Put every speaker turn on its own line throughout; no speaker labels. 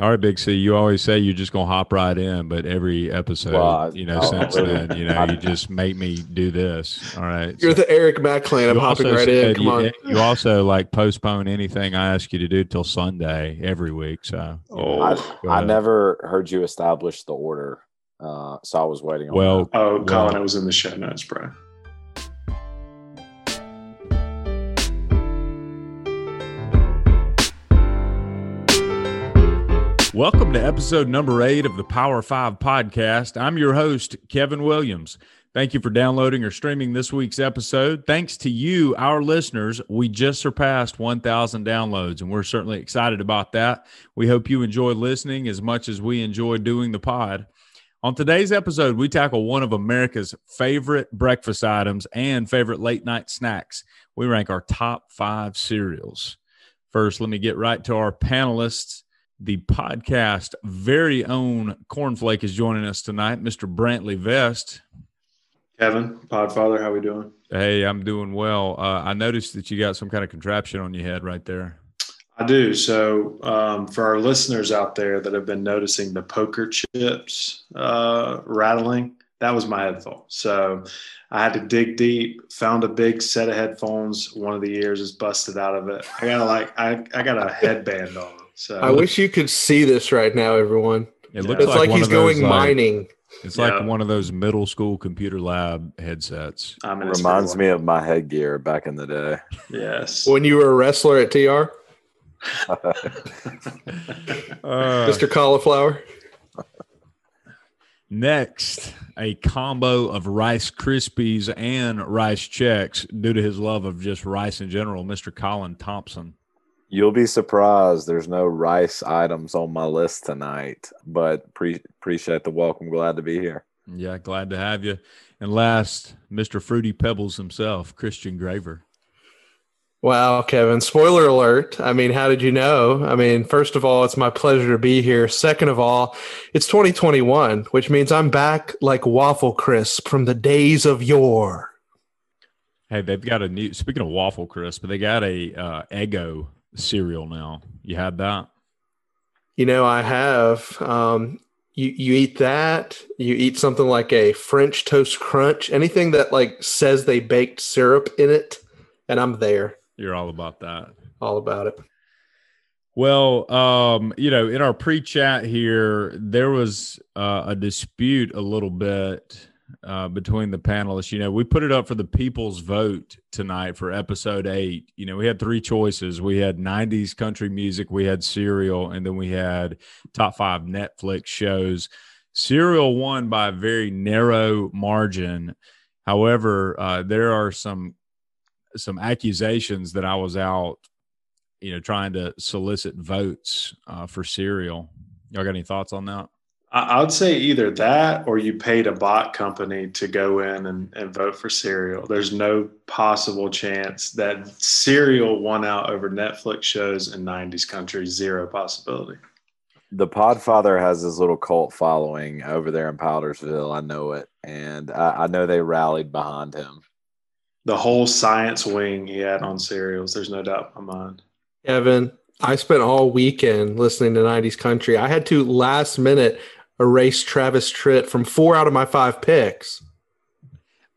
All right, Big C. You always say you're just gonna hop right in, but every episode,
Well, I-
you know,
oh,
since
really?
then, you know, you just make me do this. All right.
You're
so-
the Eric McClan. I'm
you
hopping
also
right in.
said
Come
you,
on.
You also like postpone anything I ask you to do till Sunday every week. So
I,
Oh,
go
I
ahead.
never heard you establish the order, uh, so I was waiting. on
Well,
oh, Colin, it was in the show notes, bro.
Welcome to episode number eight of the Power Five podcast. I'm your host, Kevin Williams. Thank you for downloading or streaming this week's episode. Thanks to you, our listeners, we just surpassed 1,000 downloads, and we're certainly excited about that. We hope you enjoy listening as much as we enjoy doing the pod. On today's episode, we tackle one of America's favorite breakfast items and favorite late night snacks. We rank our top five cereals. First, let me get right to our panelists the podcast very own cornflake is joining us tonight mr brantley vest
Kevin, Podfather, how we doing?
hey i'm doing well uh, i noticed that you got some kind of contraption on your head right there
I do. So, um, for our listeners out there that have been noticing the poker chips uh, rattling, that was my headphone. So, I had to dig deep, found a big set of headphones. One of the ears is busted out of it. I got to like, I, I got a headband on. So,
I wish you could see this right now, everyone.
it
Yeah.
looks
uh, It's
like,
like,
one
he's
of those,
going
like-
mining.
it's
Yeah.
like one of those middle school computer lab headsets
I'm in a spare
reminds
one.
me of my headgear back in the day.
yes.
When you were a wrestler at TR,
Mr. Uh.
Mr. Cauliflower.
next a combo of rice krispies and rice checks due to his love of just rice in general mr colin thompson
You'll be surprised. There's no rice items on my list tonight, but pre- appreciate the welcome. Glad to be here.
yeah glad to have you and last mr fruity pebbles himself christian graver
Wow, Kevin. Spoiler alert. I mean, how did you know? I mean, first of all, it's my pleasure to be here. Second of all, it's 2021, which means I'm back like waffle crisp from the days of yore.
Hey, they've got a new. Speaking of waffle crisp, they got a uh, Eggo cereal now. You had that?
You know, I have. Um, you you eat that. You eat something like a French toast crunch. Anything that like says they baked syrup in it, and I'm there,
You're all about that.
all about it.
Well, um, you know, in our pre-chat here, there was uh, a dispute a little bit uh, between the panelists. You know, we put it up for the people's vote tonight for episode eight. You know, we had three choices. We had '90s country music, we had Serial, and then we had top five Netflix shows. Serial won by a very narrow margin. However, uh, there are some some accusations that I was out you know, trying to solicit votes uh, for cereal. Y'all got any thoughts on that?
I, I would say either that or you paid a bot company to go in and, and vote for cereal. There's no possible chance that cereal won out over Netflix shows in 90s country. Zero possibility.
The Podfather has his little cult following over there in Powdersville. I know it. And I, I know they rallied behind him.
The whole science wing he had on cereals, there's no doubt in my mind.
Evan, I spent all weekend listening to 90s country. I had to last minute erase Travis Tritt from four out of my five picks.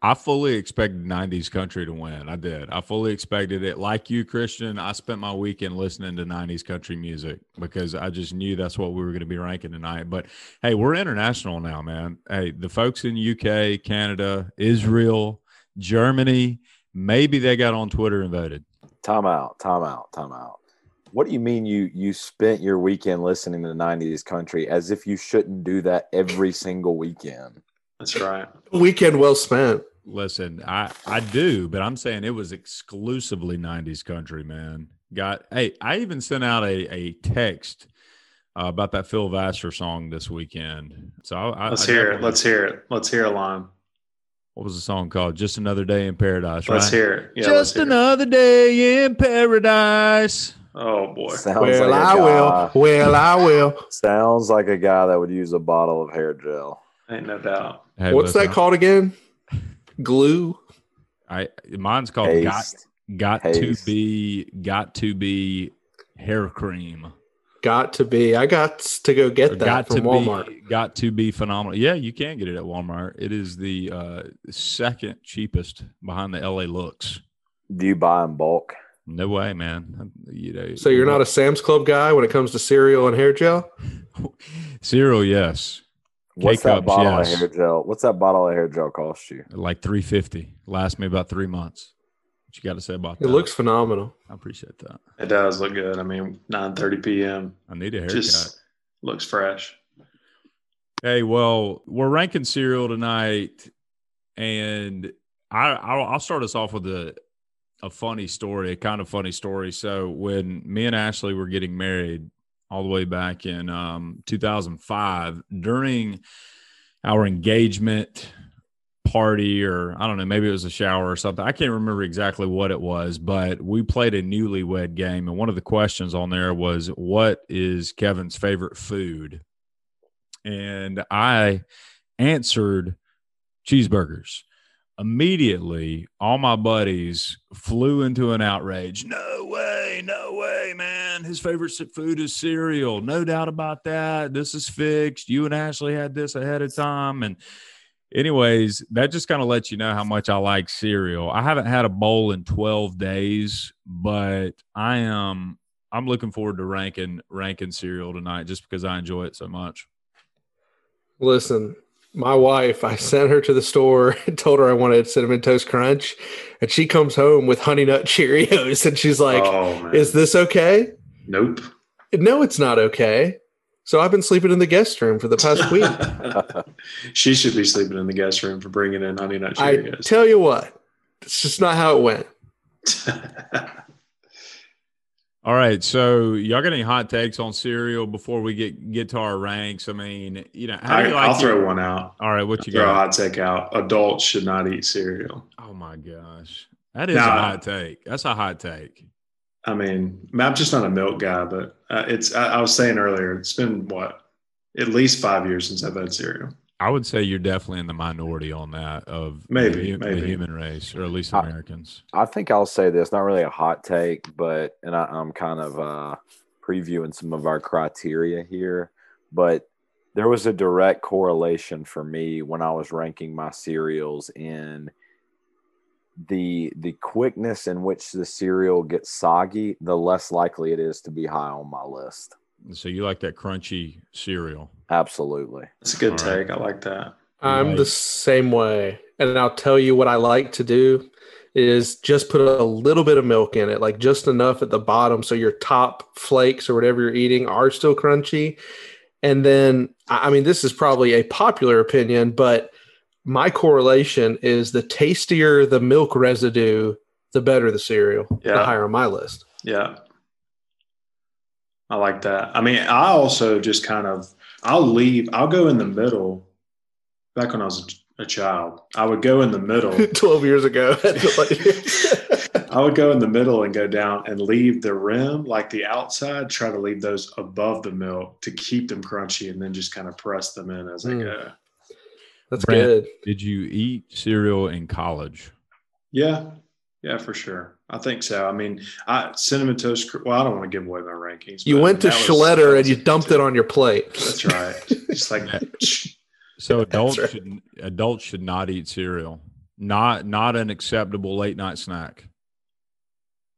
I fully expected 90s country to win. I did. I fully expected it. Like you, Christian, I spent my weekend listening to 90s country music because I just knew that's what we were going to be ranking tonight. But hey, we're international now, man. Hey, the folks in UK, Canada, Israel, Germany, maybe they got on Twitter and voted.
Time out, time out, time out. What do you mean you you spent your weekend listening to 90s country as if you shouldn't do that every single weekend?
That's right.
Weekend well spent.
Listen, I I do, but I'm saying it was exclusively '90s country, man. Got hey, I even sent out a a text uh, about that Phil Vassar song this weekend. So I, I,
Let's
I
hear it.
definitely-
Let's hear it. Let's hear a line.
What was the song called? Just another day in paradise.
Let's
right?
hear it. Yeah, let's
Just
hear it.
another day in paradise.
Oh, boy.
Sounds
well,
like a
I
guy-
will. Well, I will.
Sounds like a guy that would use a bottle of hair gel.
Ain't no doubt.
Hey,
What's
listen,
that called again? Glue.
I mine's called got
Taste.
got to
Haste.
be got to be hair cream.
Got to be. I got to go get that
got
from
to
Walmart.
be got to be phenomenal. Yeah, you can get it at Walmart. It is the uh, second cheapest behind the LA looks.
Do you buy in bulk?
No way, man. You know,
So you're not a Sam's Club guy when it comes to cereal and hair gel?
cereal. Yes, K-cups,
What's that bottle
yes.
of hair gel? What's that bottle of hair gel cost you?
like three fifty. Lasts me about three months. What you got to say about
It
that?
looks phenomenal.
I appreciate that.
It does look good. I mean, 9:30 p.m.
I need a haircut.
Just looks fresh.
Hey, well, we're ranking cereal tonight, and I I'll, I'll start us off with a a funny story, a kind of funny story. So when me and Ashley were getting married, all the way back in um, 2005, during our engagement party, or I don't know, maybe it was a shower or something. I can't remember exactly what it was, but we played a newlywed game, and one of the questions on there was, "What is Kevin's favorite food?" and I answered cheeseburgers. Immediately, all my buddies flew into an outrage. No way, no way, man. His favorite s- food is cereal. No doubt about that. This is fixed. You and Ashley had this ahead of time. And, anyways, that just kind of lets you know how much I like cereal. I haven't had a bowl in 12 days, but I am. I'm looking forward to ranking ranking cereal tonight just because I enjoy it so much.
Listen, my wife, I sent her to the store and told her I wanted cinnamon toast crunch, and she comes home with honey nut Cheerios, and she's like,
oh man.
"Is this okay?"
Nope.
No, it's not okay. So I've been sleeping in the guest room for the past week.
she should be sleeping in the guest room for bringing in Honey Nut
I
Cheerios.
tell you what, it's just not how it went.
All right, so y'all got any hot takes on cereal before we get get to our ranks? I mean, you know, how do
I,
you like
I'll throw
your-
one out.
All right, what you
Throw a
got?
hot take out. Adults should not eat cereal.
Oh my gosh, that is a
Nah.
hot take. That's a hot take.
I mean, I'm just not a milk guy, but uh, it's. I, I was saying earlier, it's been what at least five years since I've had cereal.
I would say you're definitely in the minority on that of
Maybe,
the, hu- the
maybe.
human race, or at least
I-
Americans.
I think I'll say this, not really a hot take, but and I, I'm kind of uh, previewing some of our criteria here, but there was a direct correlation for me when I was ranking my cereals in the the quickness in which the cereal gets soggy, the less likely it is to be high on my list.
So you like that crunchy cereal?
Absolutely.
That's a good
All right.
take. I like that.
I'm
Right.
the same way. And I'll tell you what I like to do is just put a little bit of milk in it, like just enough at the bottom so your top flakes or whatever you're eating are still crunchy. And then I I mean this is probably a popular opinion, but my correlation is the tastier the milk residue, the better the cereal, the
Yeah.
higher on my list.
Yeah. I like that. I mean, I also just kind of I'll leave. I'll go in the middle. Back when I was a child, I would go in the middle.
12 years ago.
I would go in the middle and go down and leave the rim, like the outside, try to leave those above the milk to keep them crunchy and then just kind of press them in as I
Mm.
go.
That's
Brand-
good.
Did you eat cereal in college?
Yeah. Yeah, for sure. I think so. I mean, I cinnamon toast. Cr- Well, I don't want to give away my rankings.
You
but
went to
that was- that
Schletter and
was-
you dumped it on your plate.
That's right. Just like
So adults
right.
should adults should not eat cereal. Not not an acceptable late night snack.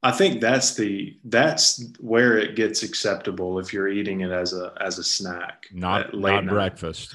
I think that's the that's where it gets acceptable if you're eating it as a as a snack,
Not
at late
not
night.
breakfast.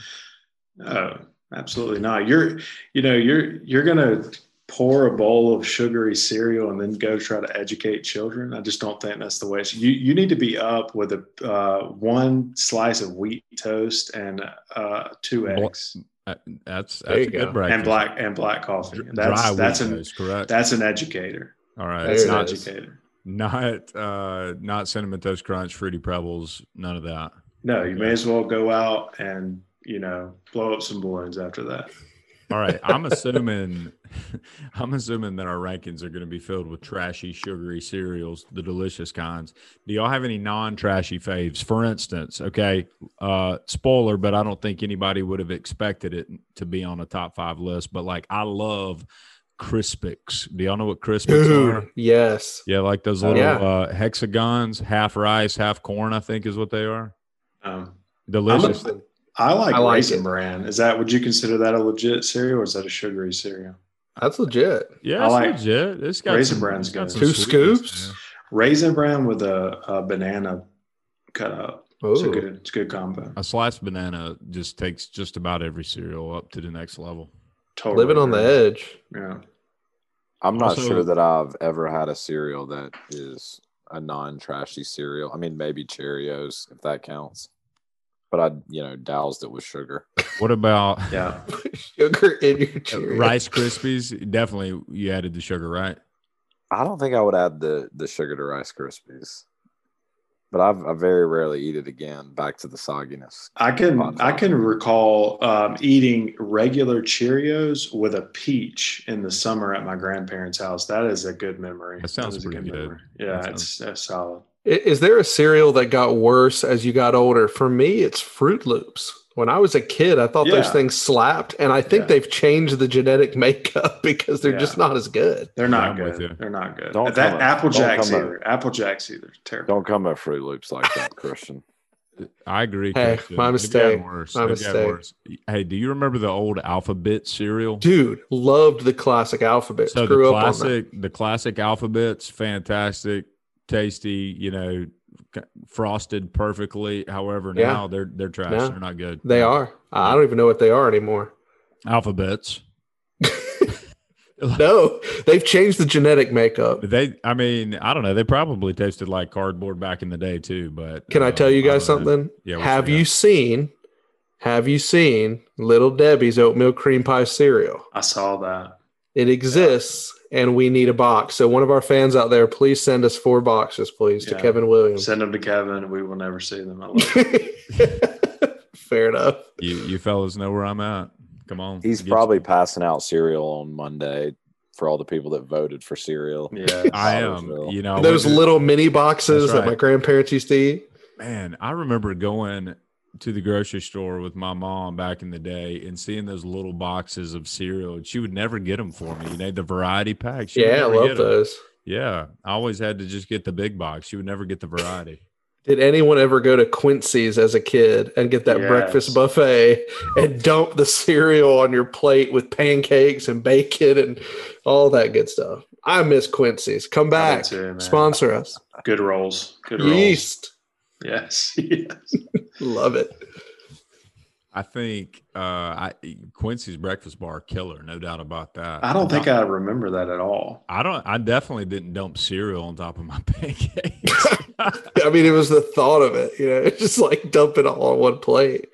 No, Oh, absolutely not. You're, you know, you're you're gonna pour a bowl of sugary cereal and then go try to educate children. I just don't think that's the way. It's, you you need to be up with a uh, one slice of wheat toast and uh, two
Bla-
eggs
Uh, That's
There
that's a
you
good
go.
breakfast.
and black and black coffee.
Dr-
That's
dry
that's
wheat
an
toast, correct?
that's an educator.
All right.
There
That's
it
an
is.
educator.
Not uh not cinnamon toast crunch, fruity pebbles, none of that.
No, you may
Yeah.
as well go out and you know blow up some balloons after that.
All right. I'm assuming I'm assuming that our rankings are gonna be filled with trashy, sugary cereals, the delicious kinds. Do y'all have any non-trashy faves? For instance, okay, uh spoiler, but I don't think anybody would have expected it to be on a top five list. But like I love Crispix. Do y'all know what Crispix
Ooh,
are?
yes.
Yeah, like those
Oh,
little
yeah.
uh, hexagons, half rice, half corn. I think is what they are.
Um,
Delicious.
I like,
I like
Raisin
it.
Bran. Is that would you consider that a legit cereal or is that a sugary cereal?
That's legit.
yeah,
I
it's
like-
legit. It's got
Raisin
some,
Bran's
it's got
good.
some
Two
sweetness,
scoops?
man.
Raisin Bran with a, a banana cut up. It's a
Ooh.
good, it's a good combo.
A sliced banana just takes just about every cereal up to the next level.
Totally
Living on the
agree.
edge.
Yeah.
I'm not
Also-
sure that I've ever had a cereal that is a non-trashy cereal. I mean, maybe Cheerios if that counts, but I, you know, doused it with sugar.
What about
Yeah.
Sugar in your Cheerios.
Rice Krispies? Definitely, you added the sugar, right?
I don't think I would add the the sugar to Rice Krispies, but I've, I very rarely eat it again. Back to the sogginess.
I can I can recall um, eating regular Cheerios with a peach in the summer at my grandparents' house. That is a good memory.
That sounds
is
pretty good.
memory. Yeah,
That
it's that's solid.
I- Is there a cereal that got worse as you got older? For me, it's Fruit Loops. When I was a kid, I thought those
Yeah.
things slapped, and I think
Yeah.
they've changed the genetic makeup because they're just
Yeah.
not as good.
They're
I'm
not
with
good.
you.
They're not good.
Don't
that
come up.
Apple
Don't
Jacks
come up.
either. Apple Jacks either. Terrible.
Don't come at Fruit Loops like that, Christian.
I agree.
Hey,
Christian.
my
They've gotten
mistake.
Worse.
My
They've gotten
mistake.
worse. Hey, do you remember the old alphabet cereal?
Dude, loved the classic alphabet.
so
Grew
the
up on that.
classic, the classic alphabets, fantastic, tasty. You know, c- frosted perfectly. However,
Yeah.
now they're they're trash.
Yeah.
They're not good.
They are. I don't even know what they are anymore.
alphabets.
No, they've changed the genetic makeup.
They, I mean, I don't know. They probably tasted like cardboard back in the day too. But
Can I
uh,
tell you guys
don't know.
something?
Yeah, what's
have
that?
you seen? Have you seen Little Debbie's oatmeal cream pie cereal?
I saw that.
It exists, and we need a box. So one of our fans out there, please send us four boxes, please, to
Yeah.
Kevin Williams.
Send them to Kevin. We will never see them. I love it.
Fair enough.
You, you fellas know where I'm at. Come on.
He's
Get-
probably passing out cereal on Monday for all the people that voted for cereal.
Yeah.
I am. You know, I
Those
went to-
little mini boxes
Uh, That's
that
right.
my grandparents used to eat.
Man, I remember going to the grocery store with my mom back in the day and seeing those little boxes of cereal. and She would never get them for me. You know, the variety packs. She would
yeah, I
never
love
get 'em.
those.
Yeah, I always had to just get the big box. She would never get the variety.
Did anyone ever go to Quincy's as a kid and get that
Yes.
breakfast buffet and dump the cereal on your plate with pancakes and bacon and all that good stuff? I miss Quincy's. Come
I do
back,
too, man.
sponsor us.
Good rolls. Good rolls.
Yeast,
Yes. yes.
love it.
I think uh, I, Quincy's breakfast bar killer, no doubt about that.
I don't think
I.
I remember that at all.
I don't. I definitely didn't dump cereal on top of my pancakes.
I mean, it was the thought of it, you know, just like dump it all on one plate.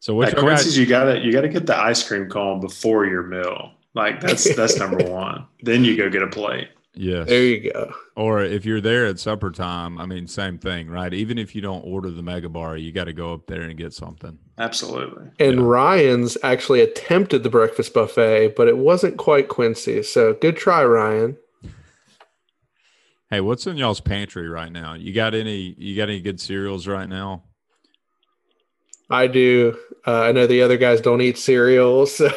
so which
at
y'all
Quincy's,
guys,
you gotta you gotta get the ice cream cone before your meal. Like that's that's number one. Then you go get a plate.
yes,
There you go.
Or if you're there at supper time, I mean, same thing, right? Even if you don't order the mega bar, you got to go up there and get something.
Absolutely.
And
Yeah.
Ryan's actually attempted the breakfast buffet, but it wasn't quite Quincy's. So good try, Ryan.
Hey, what's in y'all's pantry right now? You got any? You got any good cereals right now?
I do. Uh, I know the other guys don't eat cereal, so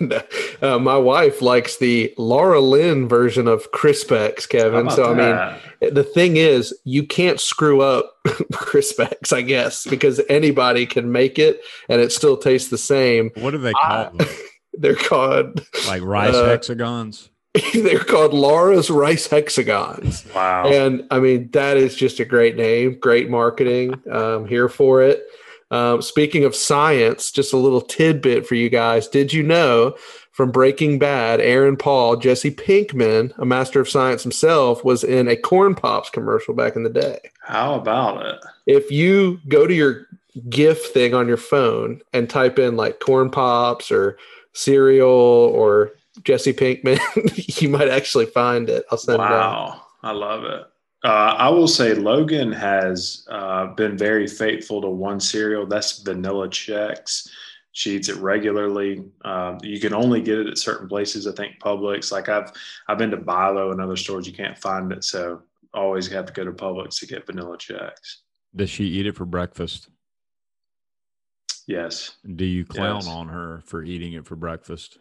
no. uh, my wife likes the Laura Lynn version of Crispex, Kevin.
How
So
about
I
that?
mean, the thing is, you can't screw up Crispex, I guess, because anybody can make it and it still tastes the same.
What do they call
I-
them?
They're called
Like rice
Uh,
hexagons?
they're called Laura's Rice Hexagons.
wow.
And I mean, that is just a great name, great marketing. Um, here for it. Um, speaking of science, just a little tidbit for you guys. Did you know from Breaking Bad, Aaron Paul, Jesse Pinkman, a master of science himself, was in a Corn Pops commercial back in the day?
How about it?
If you go to your GIF thing on your phone and type in like Corn Pops or cereal or Jesse Pinkman, you might actually find it. I'll send it out.
Wow. I love it. Uh, I will say Logan has uh, been very faithful to one cereal. That's vanilla checks. She eats it regularly. Um, you can only get it at certain places. I think Publix. Like I've I've been to Bilo and other stores. You can't find it. So always have to go to Publix to get vanilla checks.
Does she eat it for breakfast?
Yes.
Do you clown
Yes.
on her for eating it for breakfast?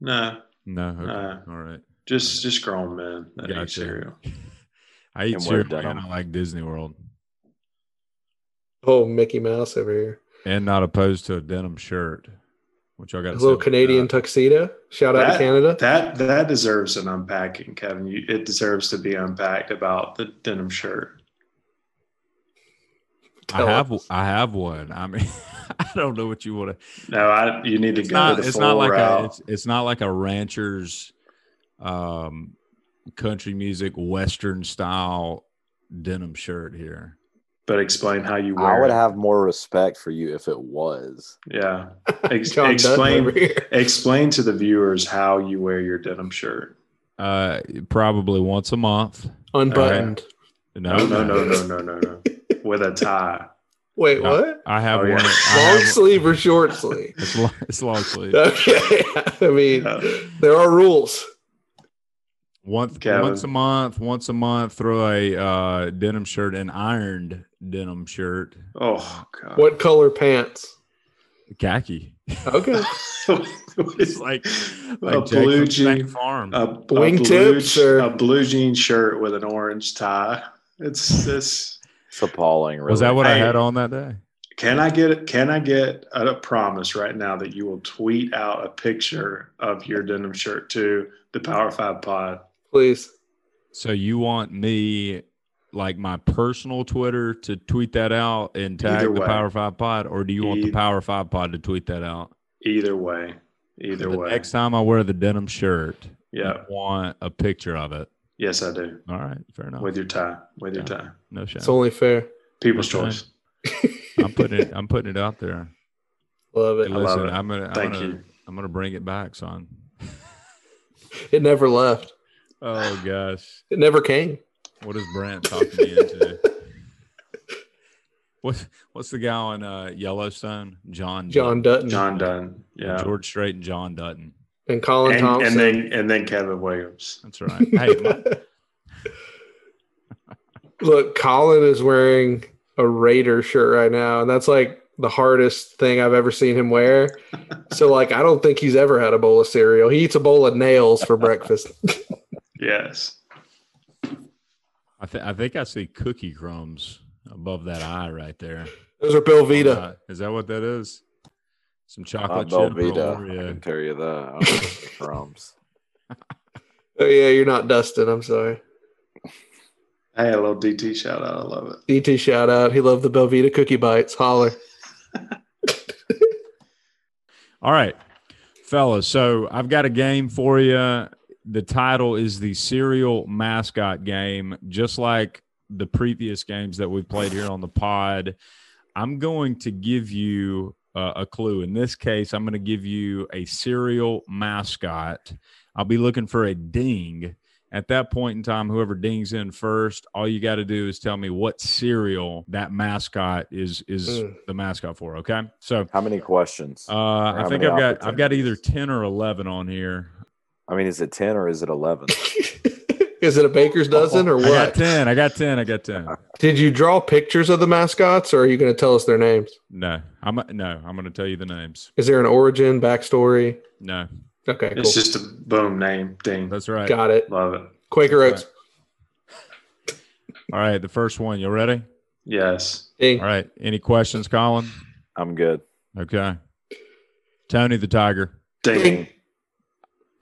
No.
No. Okay.
Uh,
All right.
Just just grown men that eat
Gotcha.
cereal.
I eat
And wear
cereal and I
denim.
like Disney World,
Oh, Mickey Mouse over here.
and not opposed to a denim shirt, which I got
A little
uh,
Canadian tuxedo. Shout out to
That-
Canada.
That that deserves an unpacking, Kevin. You, it deserves to be unpacked about the denim shirt.
I have I have one. I mean, I don't know what you want to.
No, I you need to
it's
go
not
the
it's
full
not like
route.
a it's, it's not like a ranchers um country music western style denim shirt here
but explain how you wear
I would
it.
have more respect for you if it was.
yeah. Ex-
John Dutton over
explain
here.
explain to the viewers how you wear your denim shirt.
uh probably once a month
Unbuttoned.
no
No, no, no, no, no, no, no. With a tie.
Wait,
No.
what?
i have
Oh, yeah.
one I
Long
have-
sleeve or short sleeve?
it's long, it's long sleeve
Okay. I mean,
Yeah.
there are rules.
once
Kevin.
once a month once a month throw a uh denim shirt an ironed denim shirt
Oh
Uh,
god.
What color pants?
khaki
Okay.
it's like like
a
Jack from
blue
State
jean,
farm
a, a blue,
Wingtips or-
a blue jean shirt with an orange tie. It's this.
It's appalling. Really.
was that what i
Hey.
had on that day
Can I get? Can I get a promise right now that you will tweet out a picture of your denim shirt to the Power Five Pod?
Please.
So you want me, like my personal Twitter, to tweet that out and tag
Either
the
way.
Power Five Pod, or do you want the
E-
Power Five Pod to tweet that out?
Either way, either
the
way.
Next time I wear the denim shirt, you
yeah.
want a picture of it.
Yes, I do.
All right, fair enough.
With your tie. With your
Oh. Yeah.
tie.
no shame.
It's only fair.
People's
Okay.
choice.
I'm putting it. I'm putting it out there.
Love
Hey,
it.
listen,
it.
I'm gonna. I'm
Thank
gonna,
you.
I'm gonna bring it back, son.
It never left.
Oh gosh,
It never came.
what is Brent talking me into? What's What's the guy on uh, Yellowstone? John.
John Dutton
John Dunn. Yeah.
George Strait and John Dutton.
and Colin
And,
Thompson.
and then and then Kevin Williams.
That's right. Hey, my-
Look, Colin is wearing a Raider shirt right now, and that's like the hardest thing I've ever seen him wear. So, like, I don't think he's ever had a bowl of cereal. He eats a bowl of nails for breakfast.
Yes.
I, th- I think I see cookie crumbs above that eye right there.
Those are Belvita.
Uh, is that what that is? Some
Not
chocolate chip. or
Velveeta. I
Oreo.
can tell you that. I don't know where it comes.
Oh yeah, you're not Dustin. I'm sorry.
Hey, a little DT shout out. I love it.
DT shout out. He loved the Belvita cookie bites. Holler.
All right, fellas. So I've got a game for you. The title is the cereal mascot game. Just like the previous games that we played here on the pod, I'm going to give you uh, a clue. In this case, I'm going to give you a cereal mascot. I'll be looking for a ding. At that point in time, whoever dings in first, all you got to do is tell me what cereal that mascot is is
Mm.
the mascot for. Okay, so
How many questions?
uh, I
how
think
many
I've got I've got either
opportunities?
ten or eleven on here.
I mean, is it 10 or is it 11?
Is it a baker's dozen or
I got
what?
ten. I got ten. I got ten.
Did you draw pictures of the mascots, or are you going to tell us their names?
No, I'm no. I'm going to tell you the names.
Is there an origin, backstory?
No,
Okay, cool.
It's just a boom name thing.
that's right.
Got it.
Love it.
Quaker
That's
Oats.
All right, the first one. You ready?
Yes.
Ding.
All right. Any questions, Colin?
I'm good.
Okay. Tony the Tiger.
Ding.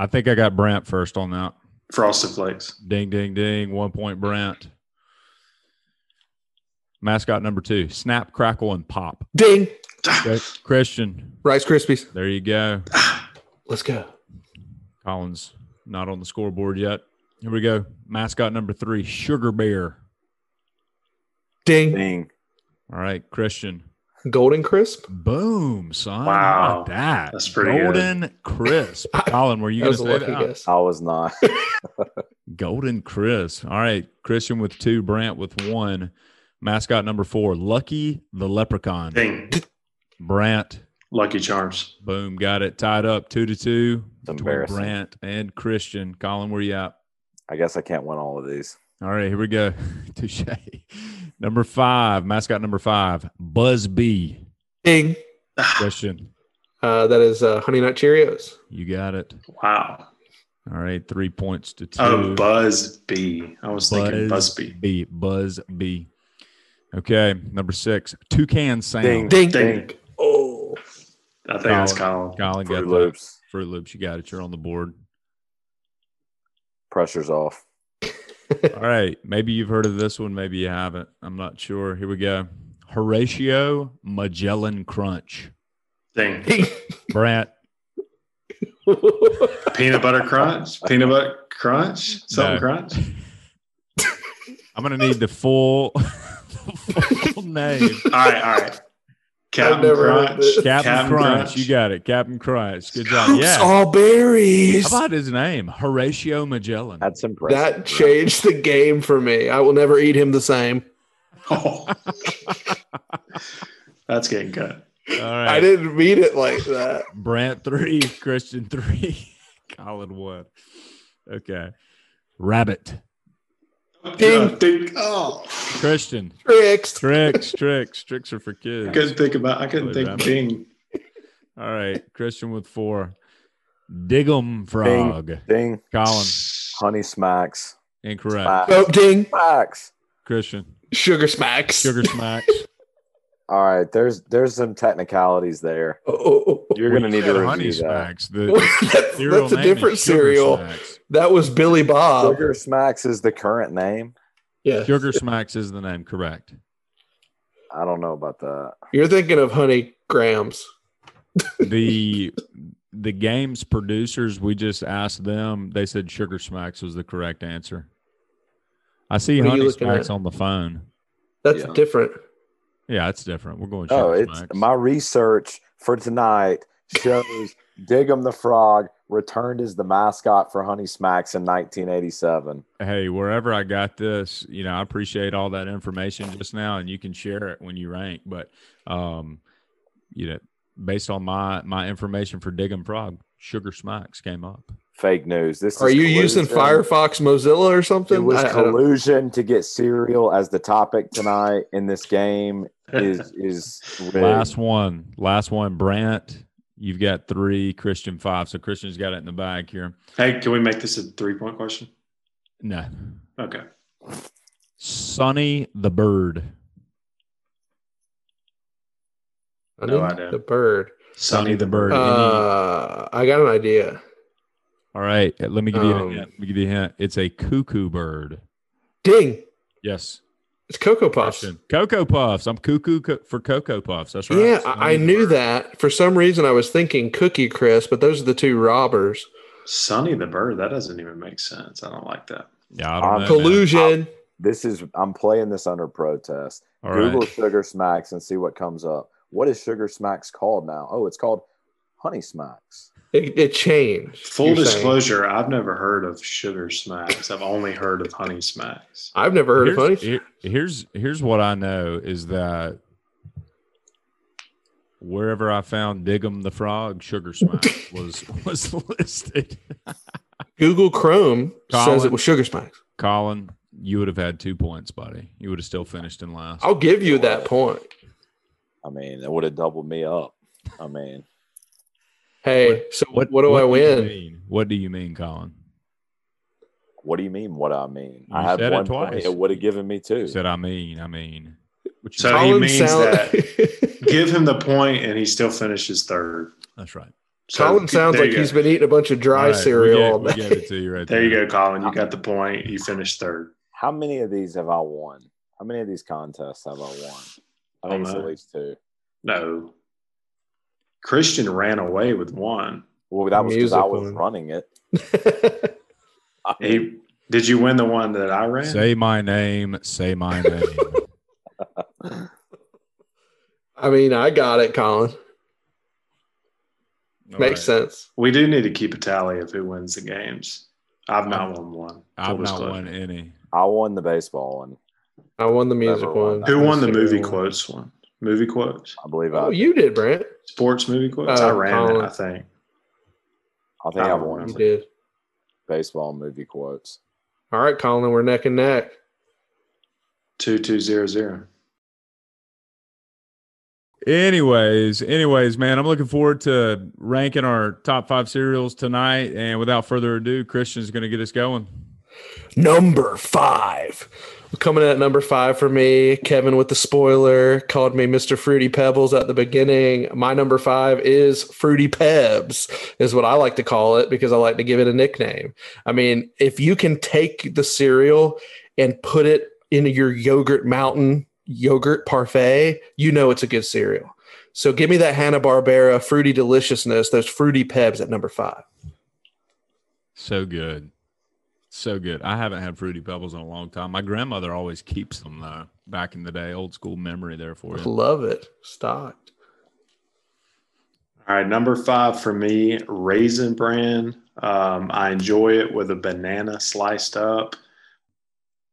I think I got Brant first on that.
Frosted Flakes.
Ding, ding, ding. One point, Brant. Mascot number two: Snap, Crackle, and Pop.
Ding.
Okay, Christian.
Rice Krispies.
There you go.
Let's go.
Collins not on the scoreboard yet. Here we go. Mascot number three, Sugar Bear.
Ding.
Ding.
All right, Christian.
Golden Crisp.
Boom, son.
Wow.
How about that.
That's pretty good.
Golden crisp. Colin, were you going
That was
to
a
say
lucky
that? Ah,
guess.
I was not.
Golden crisp. All right, Christian with two, Brant with one. Mascot number four, Lucky the Leprechaun.
Ding.
Brant,
Lucky Charms.
boom, got it tied up two to two
It's
between
embarrassing.
Brant and Christian. Colin, where you at?
I guess I can't win all of these.
All right, here we go. Touche. Number five, mascot number five, Buzz B.
Ding.
Question.
Uh, that is uh, Honey Nut Cheerios.
You got it.
Wow.
All right, three points to two.
Oh, Buzz B. I was thinking
Buzz
Busby.
B. Buzz B. Okay, number six, toucan sound.
Ding.
Dink.
Dink.
Dink. Oh.
I think that's Colin.
Colin got
Fruit
that.
Loops.
Fruit Loops, you got it. You're on the board.
Pressure's off.
All right, maybe you've heard of this one, maybe you haven't. I'm not sure. Here we go. Horatio Magellan Crunch.
Dink.
Dink.
Brant,
Peanut butter crunch. Peanut butter crunch. Something
No.
crunch.
I'm gonna need the full, the full name.
All right, all right. Captain
never heard
Crunch.
this.
Captain, Crunch. you got it. Captain Crunch. Good job.
Oops,
Yeah.
all berries.
How about his name? Horatio Magellan.
That's impressive.
That changed the game for me. I will never eat him the same.
Oh. That's getting cut.
All
I
right.
didn't mean it like that.
Brant three, Christian three, Colin one. Okay. Rabbit.
Ding. Ding. Oh.
Christian.
Tricks.
Tricks, tricks, tricks are for kids.
I couldn't think about. I couldn't
Really
think
rabbit.
Ding.
All right, Christian with four. Dig'em frog.
Ding.
Colin,
Honey smacks.
incorrect.
Smacks.
Dope Oh, ding.
Smacks.
Christian,
Sugar smacks.
sugar smacks.
All right. There's there's some technicalities there.
Oh, oh, oh.
You're gonna
We
need to
said
review
honey
that.
smacks. The,
that's,
cereal
that's a
name is
different
sugar
cereal.
Smacks.
That was Billy Bob.
Sugar smacks is the current name.
Yeah.
Sugar smacks is the name, correct?
I don't know about that.
You're thinking of Honey Grams.
The the game's producers, we just asked them. They said sugar smacks was the correct answer. I see
What are you
honey
looking
smacks
at?
on the phone.
That's
Yeah.
different.
Yeah, it's different. We're going sugar
Oh, it's
smacks.
my research for tonight shows Dig'em the Frog returned as the mascot for Honey Smacks in 1987.
hey, wherever I got this, you know, I appreciate all that information just now, and you can share it when you rank. But, um, you know, based on my my information for digging Prague, Sugar Smacks came up.
Fake news. This
Are
is
you using
collusion.
Firefox Mozilla or something?
It was
I- I don't-
collusion to get cereal as the topic tonight in this game. Is is rigged.
Last one, last one, Brant. You've got three, Christian five. So Christian's got it in the bag here.
Hey, can we make this a three-point question?
No,
Okay.
Sonny the bird.
Honey
No idea.
The bird.
Sonny the bird.
Uh, I got an idea.
All right, uh, let me give you a
um,
hint. Let me give you a hint. It's a cuckoo bird.
Ding.
Yes.
It's Cocoa Puffs.
Question. Cocoa Puffs. I'm cuckoo co- for Cocoa Puffs. That's right.
Yeah, I, I knew that. For some reason, I was thinking Cookie Crisp, but those are the two robbers.
Sonny the bird. That doesn't even make sense. I don't like that.
Yeah, I don't know, man.
Collusion.
This is I'm playing this under protest.
All right.
Google Sugar Smacks and see what comes up. What is Sugar Smacks called now? Oh, it's called Honey Smacks.
It, it changed.
Full
you're saying.
disclosure: I've never heard of sugar smacks. I've only heard of honey smacks.
I've never heard
here's,
of honey.
here- here's here's what I know is that wherever I found Dig'em the Frog, Sugar Smack was was listed.
Google Chrome
Colin.
says it was Sugar Smacks.
Colin, you would have had two points, buddy. You would have still finished in last.
I'll give you that point.
I mean, it would have doubled me up. I mean,
Hey, so what, do I
you
win?
mean? What do you mean, Colin?
what do you mean? What I mean? I
You
had
said it
one
twice.
point. It would have given me two.
Said I mean, I mean. What you
So
mean?
he
Colin
means
sound-
Give him the point, and he still finishes third.
That's right.
So,
Colin sounds
there
like
you go.
he's been eating a bunch of
All
dry
right, we gave-
cereal all
we
day.
gave it to you right
There you go, Colin. You got the point. You finished third.
How many of these have I won? How many of these contests have I won? I think it's at
Almost.
least two.
No. Christian ran away with one.
Well, that was because I
Music
was
one.
running it. I mean,
He, did you win the one that I ran?
Say my name. Say my name.
I mean, I got it, Colin.
All
Makes
right.
sense.
We do need to keep a tally of who wins the games. I've not won one.
I've
Full
not
disclosure.
won any.
I won the baseball one.
I won the music
Never won
one.
that.
Who won the
cereal
movie
one.
quotes one? Movie quotes,
I believe
Oh,
I.
you did, Brent.
sports movie quotes. I
Oh,
ran
Colin.
it. I think.
I think
I
I
don't
won
You
remember.
did.
baseball movie quotes.
All right, Colin, we're neck and neck.
Two two zero zero.
Anyways, anyways, man, I'm looking forward to ranking our top five cereals tonight. And without further ado, Christian's going to get us going.
Number five. Coming in at number five for me, Kevin with the spoiler called me Mr. Fruity Pebbles at the beginning. My number five is Fruity Pebs, is what I like to call it because I like to give it a nickname. I mean, if you can take the cereal and put it into your yogurt mountain, yogurt parfait, you know it's a good cereal. So give me that Hanna Barbera fruity deliciousness, those fruity pebs at number five.
So good. So good. I haven't had fruity pebbles in a long time. My grandmother always keeps them though. Back in the day, old school memory there for you.
Love it. Stocked.
All right, number five for me, Raisin Bran. Um, I enjoy it with a banana sliced up.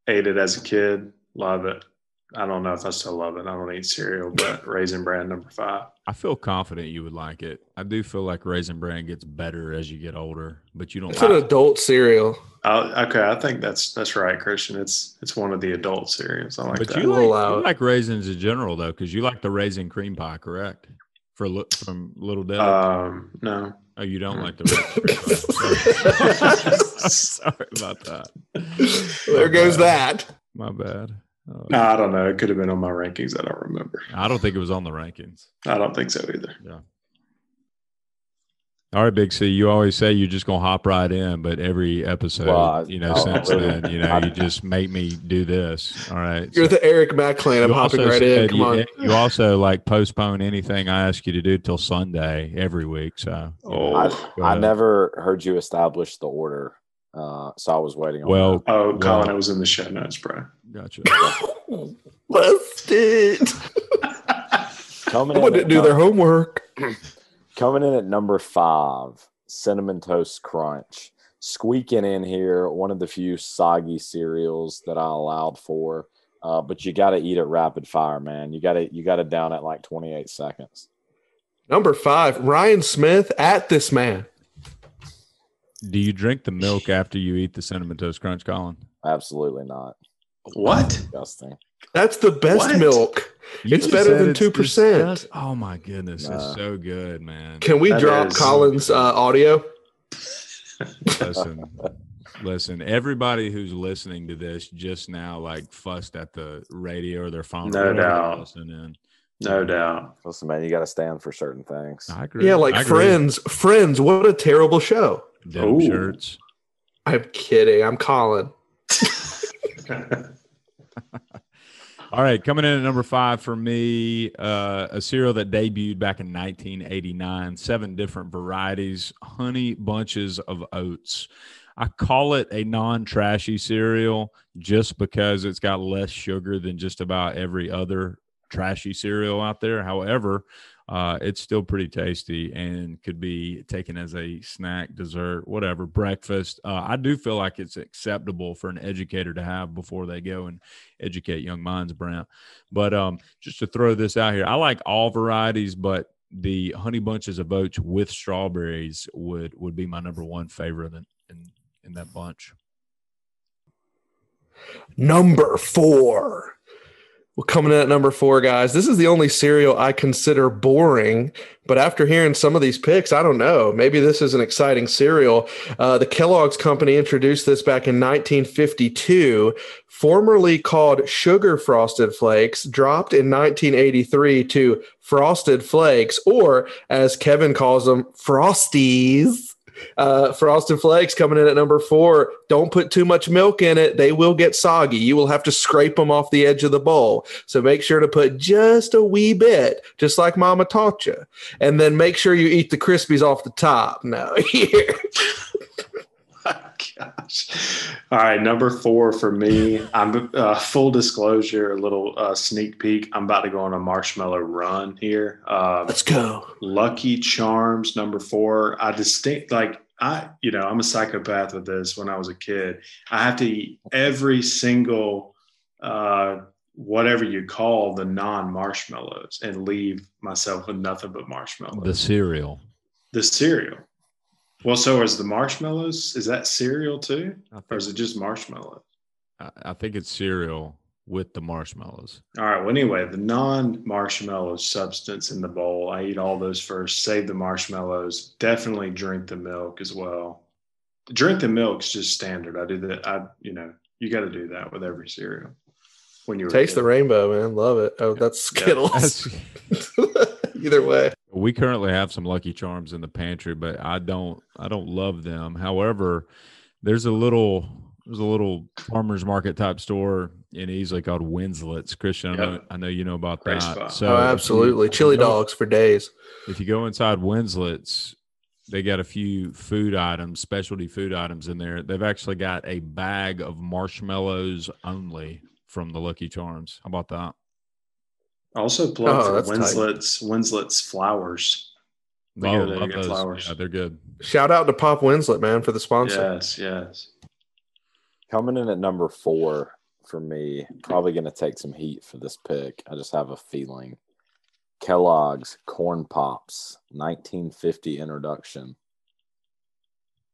Ate it as a kid. Love it. I don't know if I still love it. I don't eat cereal, but Raisin Bran number five.
I feel confident you would like it. I do feel like raisin bran gets better as you get older, but you don't.
It's an
Like,
adult cereal.
I, okay, I think that's that's right, Christian. It's it's one of the adult cereals. I like
but
that.
you
We'll
like,
allow
you
it.
like raisins in general though, because you like the raisin cream pie, correct? For li- from Little Dell.
Uh,
um, no,
oh, you
mm.
don't like the raisin cream pie. Sorry about that.
there
uh,
goes that.
My bad. Oh,
no, I don't know. It could have been on my rankings. I don't remember.
I don't think it was on the rankings.
I don't think so either.
All right, Big C. You always say you're just gonna hop right in, but every episode,
Well, I-
you know,
I don't
since
really-
then, you know, you just make me do this. All right,
You're
so-
the Eric McClain. I'm
You
hopping
also
right in.
said
Come
you, eh,
on.
You also like postpone anything I ask you to do till Sunday every week. So, you know,
Oh,
I,
go
I
ahead.
never heard you establish the order, uh, so I was waiting. On
Well,
oh, Colin,
Well-
it was in the show notes, bro.
gotcha.
Busted.
that. coming
Someone
in, at
didn't do their
num-
homework.
coming in at number five, cinnamon toast crunch, squeaking in here. One of the few soggy cereals that I allowed for, uh, but you got to eat it rapid fire, man. You got to you got to down at like twenty eight seconds.
Number five, Ryan Smith at this man.
Do you drink the milk after you eat the cinnamon toast crunch, Colin?
Absolutely not.
What?
Disgusting.
That's the best
What?
milk.
You
It's
just
better
said
than
it's
2%.
disgust- Oh my goodness,
Nah.
it's so good, man.
Can we
That
drop
is-
Colin's uh, audio?
listen, listen. Everybody who's listening to this just now, like fussed at the radio or their phone. or
No
whatever they're
doubt.
listening
No doubt.
Listen, man, you got to stand for certain things.
in. I agree.
Yeah, like
I agree.
Friends. Friends, what a terrible show.
Denim
Ooh.
shirts.
I'm kidding. I'm Colin.
All right, coming in at number five for me, uh, a cereal that debuted back in 1989, seven different varieties, honey bunches of oats. I call it a non trashy cereal just because it's got less sugar than just about every other trashy cereal out there. However, uh, it's still pretty tasty and could be taken as a snack, dessert, whatever, breakfast. Uh, I do feel like it's acceptable for an educator to have before they go and educate young minds, Brent. But um, just to throw this out here, I like all varieties, but the honey bunches of oats with strawberries would would be my number one favorite in in, in that bunch.
Number four. Well, coming in at number four, guys, this is the only cereal I consider boring. But after hearing some of these picks, I don't know. Maybe this is an exciting cereal. Uh, the Kellogg's Company introduced this back in 1952, formerly called Sugar Frosted Flakes, dropped in 1983 to Frosted Flakes, or as Kevin calls them, Frosties. Uh, Frosted Flakes coming in at number four. Don't put too much milk in it. They will get soggy. You will have to scrape them off the edge of the bowl. So make sure to put just a wee bit, just like Mama taught you. And then make sure you eat the Krispies off the top. No, here.
Gosh. All right, number four for me. I'm uh, full disclosure, a little uh, sneak peek. I'm about to go on a marshmallow run here. Um,
Let's go.
Lucky Charms number four. I distinct like I, you know, I'm a psychopath with this. When I was a kid, I have to eat every single uh, whatever you call the non marshmallows and leave myself with nothing but marshmallows.
The cereal.
the cereal. Well, so is the marshmallows. Is that cereal too,
I
or
think,
is it just marshmallows?
I, I think it's cereal. with the marshmallows.
All right. Well, anyway, the non-marshmallow substance in the bowl. I eat all those first. Save the marshmallows. Definitely drink the milk as well. Drink the milk's just standard. I do that. I you know you got to do that with every cereal. When you
Taste the rainbow, man. Love it. Oh, that's Skittles.
That's-
Either way.
we currently have some Lucky Charms in the pantry, but I don't I don't love them. However, there's a little there's a little farmers market type store in Easley called Winslet's. Christian, I, know,
Yep.
I know you know about
Great
that.
spot.
So
oh,
if you-
absolutely. Chili
if you go-
dogs for days.
If you go inside Winslet's, they got a few food items, specialty food items in there. They've actually got a bag of marshmallows only from the Lucky Charms. How about that?
Also plug
Oh,
for
that's tight.
Winslet's Winslet's flowers. They
Oh,
go there,
love
you get
those.
flowers.
Yeah, they're good.
Shout out to Pop Winslet, man, for the sponsor.
Yes, yes.
Coming in at number four for me, probably going to take some heat for this pick. I just have a feeling. Kellogg's Corn Pops 1950 introduction.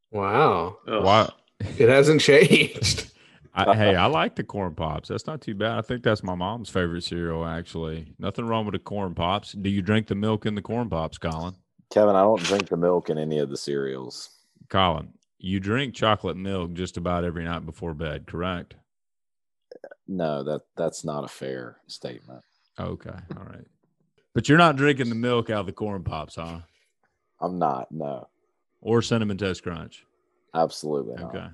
Wow.
Ugh.
Why?
It hasn't changed.
I, hey, I like the corn pops. That's not too bad. I think that's my mom's favorite cereal, actually. Nothing wrong with the corn pops. Do you drink the milk in the corn pops, Colin?
Kevin, I don't drink the milk in any of the cereals.
Colin, you drink chocolate milk just about every night before bed, correct?
No, that that's not a fair statement.
Okay. All right. But you're not drinking the milk out of the corn pops, huh?
I'm not. No,
Or cinnamon toast crunch.
absolutely not.
Okay.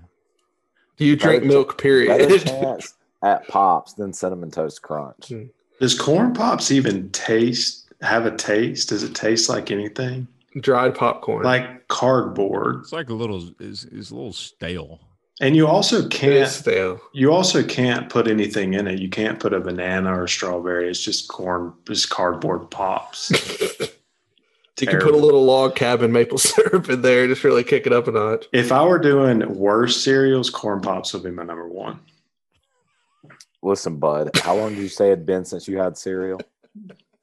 Do you drink
Better-
milk,
Better
period?
chance at Pops than Cinnamon Toast Crunch.
Does corn pops even taste have a taste? Does it taste like anything?
Dried popcorn.
Like cardboard.
It's like a little, it's, it's a little stale.
And you also
it is
can't
stale.
you also can't put anything in it. You can't put a banana or strawberry. It's just corn just cardboard pops.
You can put a
Terrible.
little log cabin maple syrup in there, just really kick it up a notch.
If I were doing worse cereals, corn pops would be my number one.
Listen, bud, how long did you say it had been since you had cereal?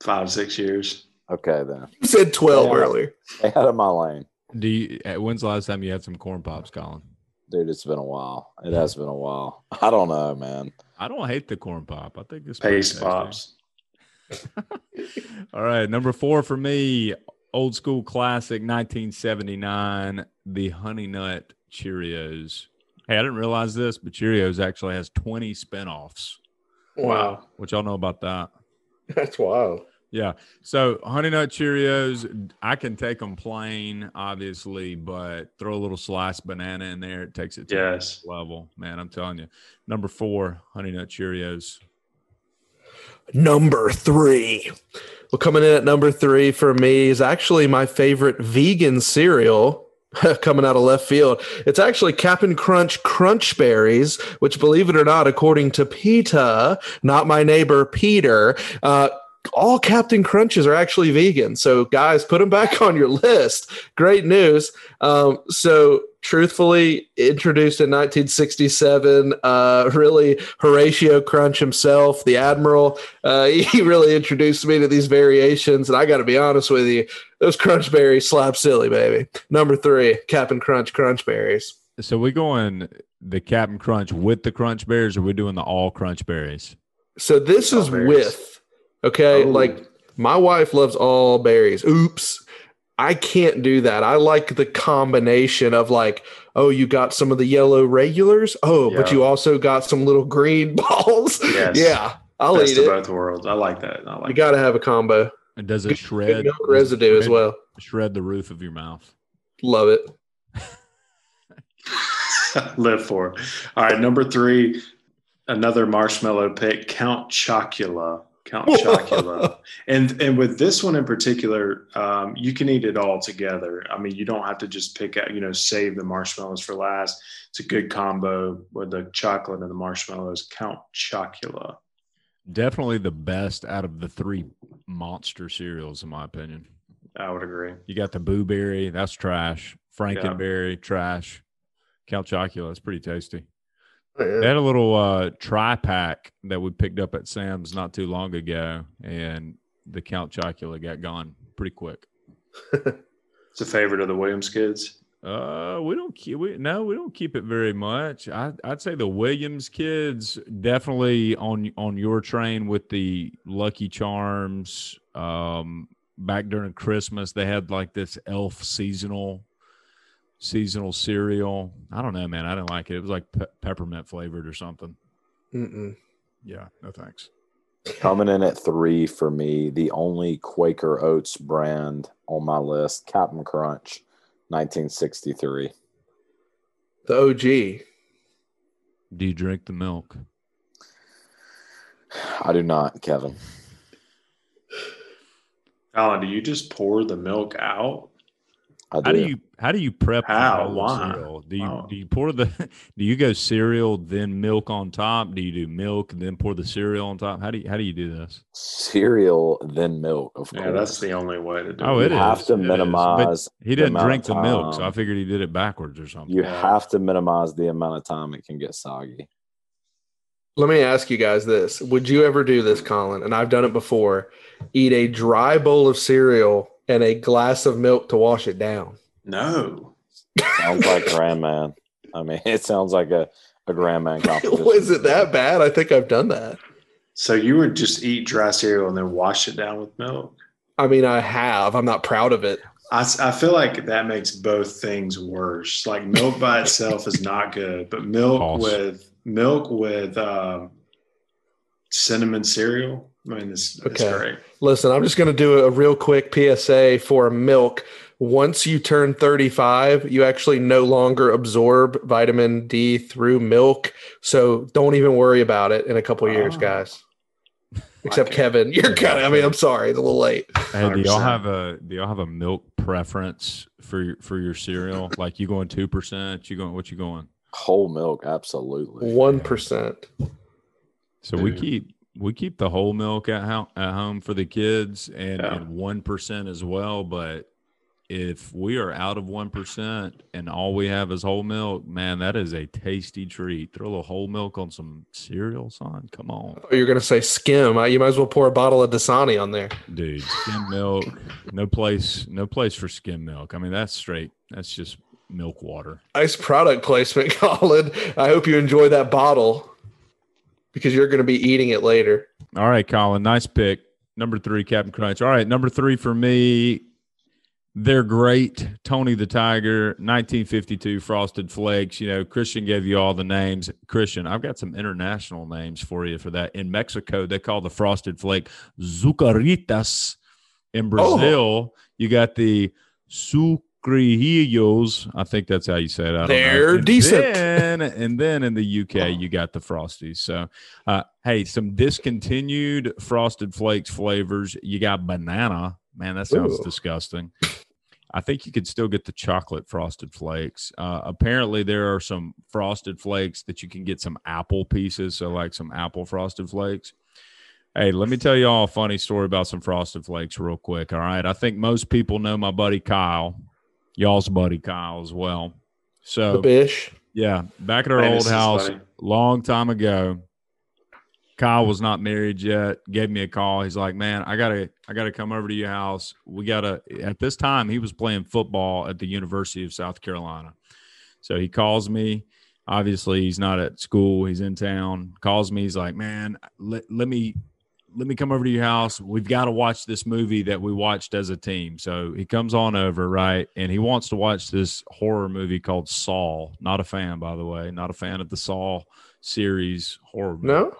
Five, six years.
Okay, then.
You said 12
Yeah.
earlier.
Stay out of my lane.
Do you, uh, when's the last time you had some corn pops, Colin?
Dude, it's been a while. It has been a while. I don't know, man.
I don't hate the corn pop. I think this
Paste pops.
All right, number four for me, old school classic, 1979, the Honey Nut Cheerios. Hey, I didn't realize this, but Cheerios actually has 20 spinoffs.
Wow.
What y'all know about that?
That's wild.
Yeah. So Honey Nut Cheerios, I can take them plain, obviously, but throw a little sliced banana in there, it takes it to the
Yes.
next level. Man, I'm telling you. Number four, Honey Nut Cheerios.
Number three. Well, coming in at number three for me is actually my favorite vegan cereal coming out of left field. It's actually Cap'n Crunch Crunch Berries, which, believe it or not, according to PETA, not my neighbor Peter, uh, all Captain Crunches are actually vegan. So, guys, put them back on your list. Great news. Um, so, truthfully, introduced in 1967, uh, really Horatio Crunch himself, the Admiral, uh, he really introduced me to these variations. And I got to be honest with you, those Crunch Berries slap silly, baby. Number three, Cap'n Crunch Crunch Berries.
So we going the Captain Crunch with the Crunch Berries, or we doing the all Crunch Berries?
So, this is
Berries. Oh.
with, okay,
Ooh.
like My wife loves all berries. Oops. I can't do that. I like the combination of like, oh, you got some of the yellow regulars. Oh, but
Yeah.
you also got some little green balls.
Yes.
Yeah. I'll
Best
eat
of
it.
both worlds. I like that. I like
You got to have a combo.
And does it
Good- Good
shred
milk residue as
shred-
well.
Shred the roof of your mouth.
Love it.
Live for. it. All right, number three, another marshmallow pick, Count Chocula. Count Chocula. and and with this one in particular, um, you can eat it all together. I mean, you don't have to just pick out, you know, save the marshmallows for last. It's a good combo with the chocolate and the marshmallows. Count Chocula.
Definitely the best out of the three monster cereals, in my opinion.
I would agree.
You got the Boo Berry, that's trash. Frankenberry, trash. Count Chocula, it's pretty tasty.
Oh,
They had a little uh, tri pack that we picked up at Sam's not too long ago, and the Count Chocula got gone pretty quick.
It's a favorite of the Williams kids.
Uh, we don't keep we no, we don't keep it very much. I I'd say the Williams kids definitely on on your train with the Lucky Charms. Um, back during Christmas they had like this Elf seasonal seasonal cereal. I don't know, man. I didn't like it. It was like pe- peppermint flavored or something.
Mm-mm.
Yeah, no thanks.
Coming in at three for me, the only Quaker Oats brand on my list, Captain Crunch, 1963.
The OG.
Do you drink the milk?
I do not, Kevin.
Alan, do you just pour the milk out?
I do.
How do you how do you prep the
How?
bowl
Why?
of cereal? Do you
Wow.
do you pour the do you go cereal then milk on top? Do you do milk then pour the cereal on top? How do you how do you do this?
Cereal, then milk, of
Yeah,
course.
that's the only way to do
Oh,
it.
it
you have
is.
to
It is. But
minimize.
He didn't
amount
drink
of
the milk, so I
time.
figured he did it backwards or something.
You have to minimize the amount of time it can get soggy.
Let me ask you guys this. Would you ever do this, Colin? And I've done it before. Eat a dry bowl of cereal and a glass of milk to wash it down.
No.
Sounds like grandma. I mean, it sounds like a a grandma competition.
Was it that bad? I think I've done that.
So you would just eat dry cereal and then wash it down with milk.
I mean, I have. I'm not proud of it.
I, s- I feel like that makes both things worse. Like milk by itself is not good, but milk
False.
with milk with um, cinnamon cereal. I mean, it's, it's
Okay.
great.
Listen, I'm just going to do a real quick PSA for milk. Once you turn 35, you actually no longer absorb vitamin D through milk. So don't even worry about it in a couple of years,
Ah.
guys. Except
it.
Kevin, you're kind of, I mean, I'm sorry, it's a little late.
Hey, do y'all
100%.
have a do y'all have a milk preference for your for your cereal? like you going two percent? You going what you going?
Whole milk, absolutely.
1%.
So we
Dude.
keep we keep the whole milk at, ho- at home for the kids and
Yeah.
and one percent as well. But if we are out of one percent and all we have is whole milk, man, that is a tasty treat. Throw the whole milk on some cereal, son. Come on,
Oh, you're going to say skim. Uh, You might as well pour a bottle of Dasani on there.
dude. Skim milk, no place, no place for skim milk. I mean, that's straight. That's just milk water.
Nice product placement, Colin. I hope you enjoy that bottle because you're going to be eating it later.
All right, Colin, nice pick. Number three, Captain Crunch. All right, number three for me. They're great. Tony the Tiger, 1952 Frosted Flakes. You know, Christian gave you all the names. Christian, I've got some international names for you for that. In Mexico, they call the Frosted Flake Zucaritas.
Oh.
In Brazil, you got the Sucrillos. I think that's how you say it. I don't know.
They're
And
decent.
then- and then in the UK, you got the Frosties. So, uh, hey, some discontinued frosted flakes flavors. You got banana. Man, that sounds
Ooh.
disgusting. I think you could still get the chocolate frosted flakes. Uh, apparently, there are some frosted flakes that you can get some apple pieces. So, like some apple frosted flakes. Hey, let me tell y'all a funny story about some frosted flakes, real quick. All right. I think most people know my buddy Kyle, y'all's buddy Kyle as well.
The
So,
bish.
yeah, back at our
Man, this
old
is
house,
funny.
long time ago. Kyle was not married yet. Gave me a call. He's like, "Man, I gotta, I gotta come over to your house. We gotta." At this time, he was playing football at the University of South Carolina. So he calls me. Obviously, he's not at school. He's in town. Calls me. He's like, "Man, let, let me, let me come over to your house. We've got to watch this movie that we watched as a team." So he comes on over, right? And he wants to watch this horror movie called Saw. Not a fan, by the way. Not a fan of the Saw series horror. Movie.
No?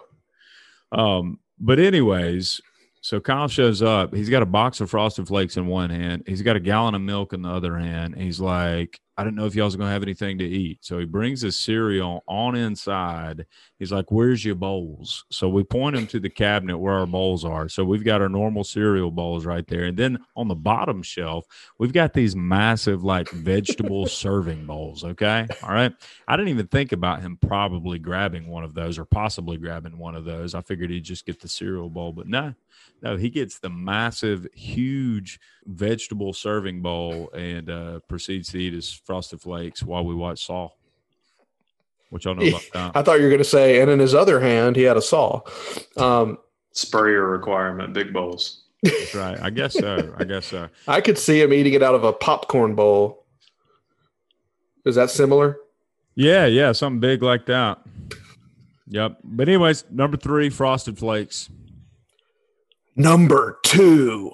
Um, but anyways, so Kyle shows up. He's got a box of Frosted Flakes in one hand. He's got a gallon of milk in the other hand. He's like, I don't know if y'all's gonna have anything to eat. So he brings his cereal on inside. He's like, Where's your bowls? So we point him to the cabinet where our bowls are. So we've got our normal cereal bowls right there. And then on the bottom shelf, we've got these massive like vegetable serving bowls. Okay. All right. I didn't even think about him probably grabbing one of those or possibly grabbing one of those. I figured he'd just get the cereal bowl, but no, no, he gets the massive, huge vegetable serving bowl and uh, proceeds to eat his frosted flakes while we watch Saw. What y'all know about
I
that?
thought you were going to say, and in his other hand, he had a saw. Um,
Spurrier requirement, big bowls.
That's right. I guess so. I guess so.
I could see him eating it out of a popcorn bowl. Is that similar?
Yeah, yeah, something big like that. Yep. But anyways, number three, Frosted Flakes.
Number two.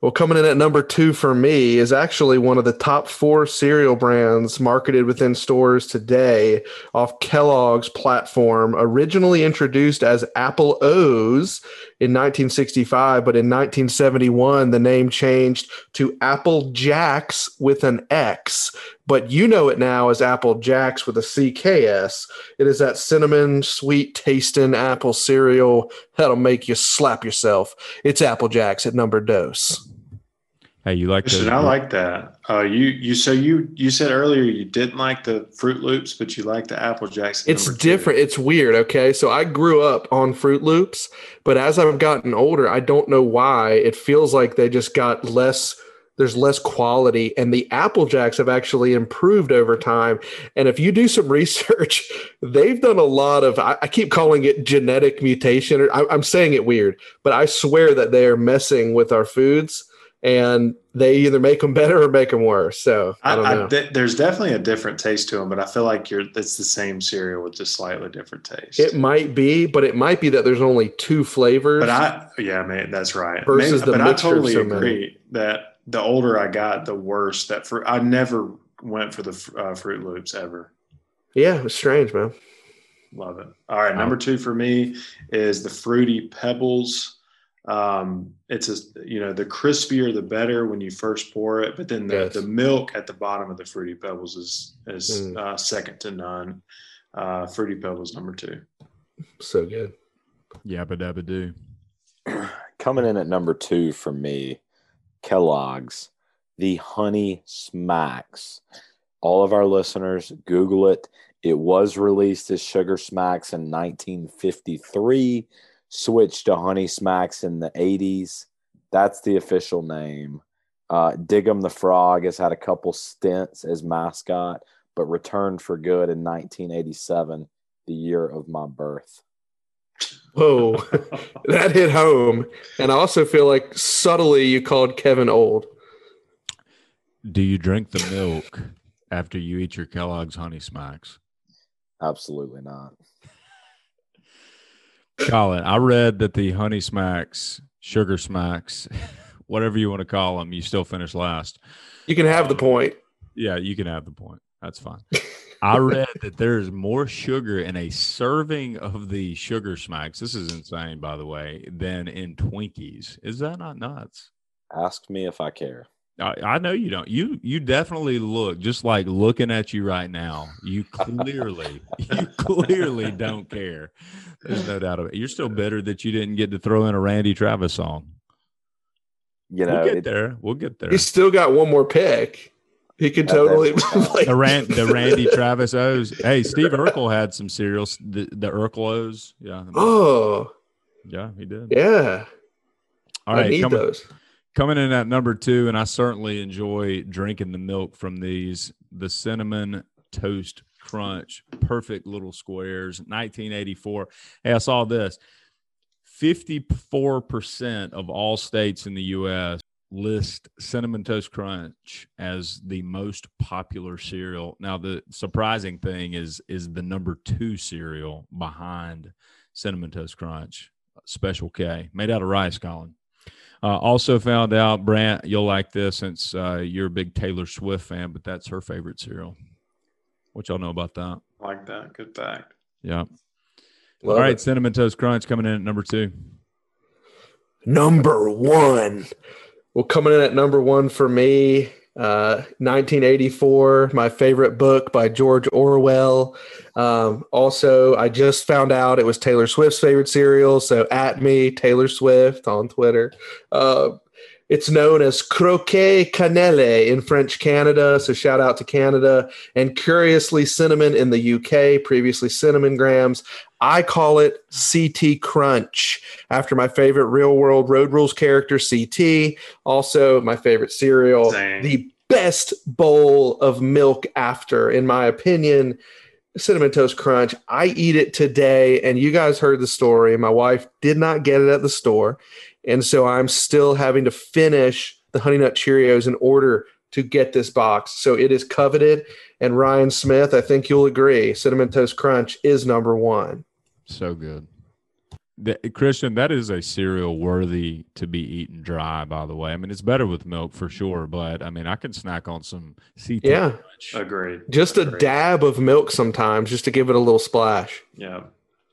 Well, coming in at number two for me is actually one of the top four cereal brands marketed within stores today off Kellogg's platform, originally introduced as Apple O's in 1965, but in 1971, the name changed to Apple Jacks with an X. But you know it now as Apple Jacks with a CKS. It is that cinnamon, sweet tasting apple cereal that'll make you slap yourself. It's Apple Jacks at number dose.
Hey, you like
Christian,
those?
I like that. Uh, you you so you you said earlier you didn't like the Fruit Loops, but you like the Apple Jacks. at
It's
number two.
different. It's weird. Okay. So I grew up on Fruit Loops, but as I've gotten older, I don't know why. It feels like they just got less, there's less quality. And the Apple Jacks have actually improved over time. And if you do some research, they've done a lot of, I, I keep calling it genetic mutation. Or I, I'm saying it weird, but I swear that they are messing with our foods and they either make them better or make them worse. So I don't
I,
know.
I, th- there's definitely a different taste to them, but I feel like you're it's the same cereal with just slightly different taste.
it might be, but it might be that there's only two flavors.
But I, yeah, man, that's right.
Versus the
but I
mixture of
totally
so many.
agree that the older I got, the worse that for I never went for the uh, Fruit Loops ever.
Yeah, it's strange, man.
Love it. All right, number two for me is the fruity pebbles. Um, it's a you know the crispier the better when you first pour it, but then the,
Yes.
the milk at the bottom of the fruity pebbles is is
Mm.
uh, second to none. Uh, fruity pebbles number two.
So good.
Yabba dabba do.
Coming in at number two for me, Kellogg's, the Honey Smacks. All of our listeners, Google it. It was released as Sugar Smacks in 1953, switched to Honey Smacks in the 80s. That's the official name. Uh, Diggum the Frog has had a couple stints as mascot, but returned for good in 1987, the year of my birth.
Whoa, Oh, that hit home. And I also feel like subtly you called Kevin old.
Do you drink the milk after you eat your Kellogg's Honey Smacks?
Absolutely not.
Colin, I read that the Honey Smacks, Sugar Smacks, whatever you want to call them, you still finish last.
You can have the point.
Yeah, you can have the point. That's fine. I read that there is more sugar in a serving of the sugar smacks. This is insane, by the way, than in Twinkies. Is that not nuts?
Ask me if I care.
I, I know you don't. You you definitely look just like looking at you right now. You clearly you clearly don't care. There's no doubt of it. You're still bitter that you didn't get to throw in a Randy Travis song.
You know,
We'll get
it-
there. We'll get there.
He's still got one more pick. He could
That-
totally
that's-
play.
The, Ran- the Randy Travis O's. Hey, Steve Urkel had some cereals. The, the Urkel O's. Yeah.
Oh,
Yeah, he did.
yeah.
All
I
right,
need
coming,
those.
coming in at number two, and I certainly enjoy drinking the milk from these. The cinnamon toast crunch, perfect little squares, 1984. Hey, I saw this. 54% of all states in the U.S. list cinnamon toast crunch as the most popular cereal. Now, the surprising thing is is the number two cereal behind cinnamon toast crunch, Special K, made out of rice, Colin. Uh, also found out, Brant, you'll like this since uh, you're a big Taylor Swift fan, but that's her favorite cereal. What y'all know about that?
Like that. Good fact.
Yeah.
Love
All right,
it.
cinnamon toast crunch coming in at number two.
Number one. Well, coming in at number one for me, uh, 1984, my favorite book by George Orwell. Um, also, I just found out it was Taylor Swift's favorite cereal. So, at me, Taylor Swift on Twitter. Uh, it's known as croquet cannelle in French Canada. So, shout out to Canada. And curiously, cinnamon in the UK, previously cinnamon grams. I call it CT Crunch after my favorite real world road rules character, CT. Also, my favorite cereal,
Same.
the best bowl of milk after, in my opinion. Cinnamon Toast Crunch. I eat it today, and you guys heard the story. My wife did not get it at the store, and so I'm still having to finish the Honey Nut Cheerios in order to get this box. So it is coveted. And Ryan Smith, I think you'll agree, Cinnamon Toast Crunch is number one.
So good. That, Christian, that is a cereal worthy to be eaten dry, by the way. I mean, it's better with milk for sure, but I mean, I can snack on some sea
Yeah.
Agreed.
Just a
Agreed.
dab of milk sometimes just to give it a little splash.
Yeah.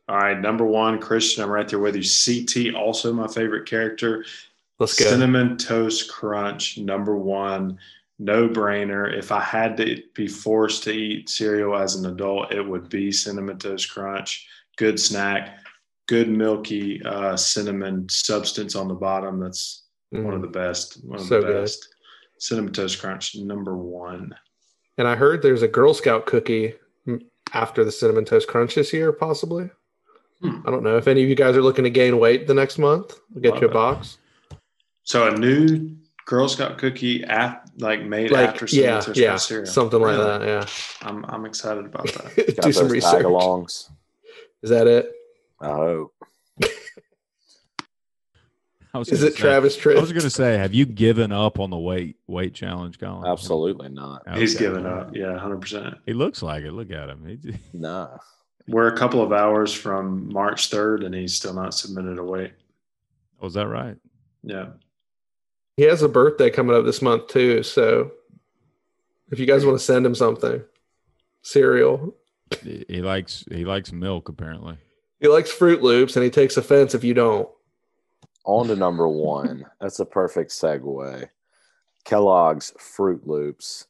All right. Number one, Christian, I'm right there with you. CT, also my favorite character.
Let's go.
Cinnamon Toast Crunch, number one, no brainer. If I had to be forced to eat cereal as an adult, it would be Cinnamon Toast Crunch. Good snack, good milky uh, cinnamon substance on the bottom. That's one of
Mhm.
the best. One of
So
the
good.
best. Cinnamon Toast Crunch, number one.
And I heard there's a Girl Scout cookie mm, after the Cinnamon Toast Crunch this year, possibly.
Hmm.
I don't know. If any of you guys are looking to gain weight the next month, we'll get
Love
you a
it.
box.
So a new Girl Scout cookie, af- like made
Like,
after Cinnamon
yeah,
Toast
yeah,
Crunch cereal.
something like
Really?
that. Yeah.
I'm, I'm excited about that.
Got
Do some
those
research.
tag-alongs.
Is that it?
I hope.
I was
Is
gonna
it
say-
Travis Tritt?
I was going to say, have you given up on the weight weight challenge, Colin?
Absolutely not.
Okay.
He's giving up. Yeah, 100%.
He looks like it. Look at him. He,
Nah.
We're a couple of hours from March 3rd, and he's still not submitted a weight.
was that right?
Yeah.
He has a birthday coming up this month too, so if you guys want to send him something, cereal.
He he likes he likes milk apparently.
He likes Fruit Loops, and he takes offense if you don't.
On to number one. That's a perfect segue. Kellogg's Fruit Loops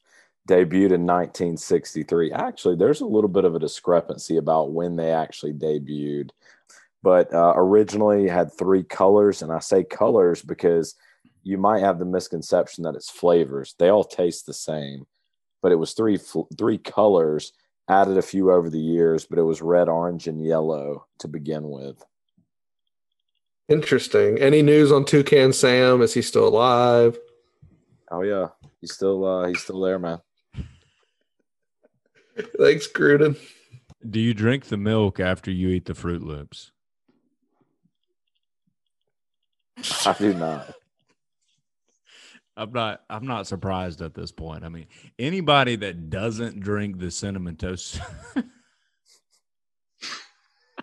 debuted in 1963. Actually, there's a little bit of a discrepancy about when they actually debuted, but uh, originally had three colors. And I say colors because you might have the misconception that it's flavors, they all taste the same, but it was three, fl- three colors. Added a few over the years, but it was red, orange, and yellow to begin with.
Interesting. Any news on Toucan Sam? Is he still alive?
Oh yeah, he's still uh, he's still there, man.
Thanks, Gruden.
Do you drink the milk after you eat the Fruit Loops?
I do not.
I'm not. I'm not surprised at this point. I mean, anybody that doesn't drink the cinnamon toast,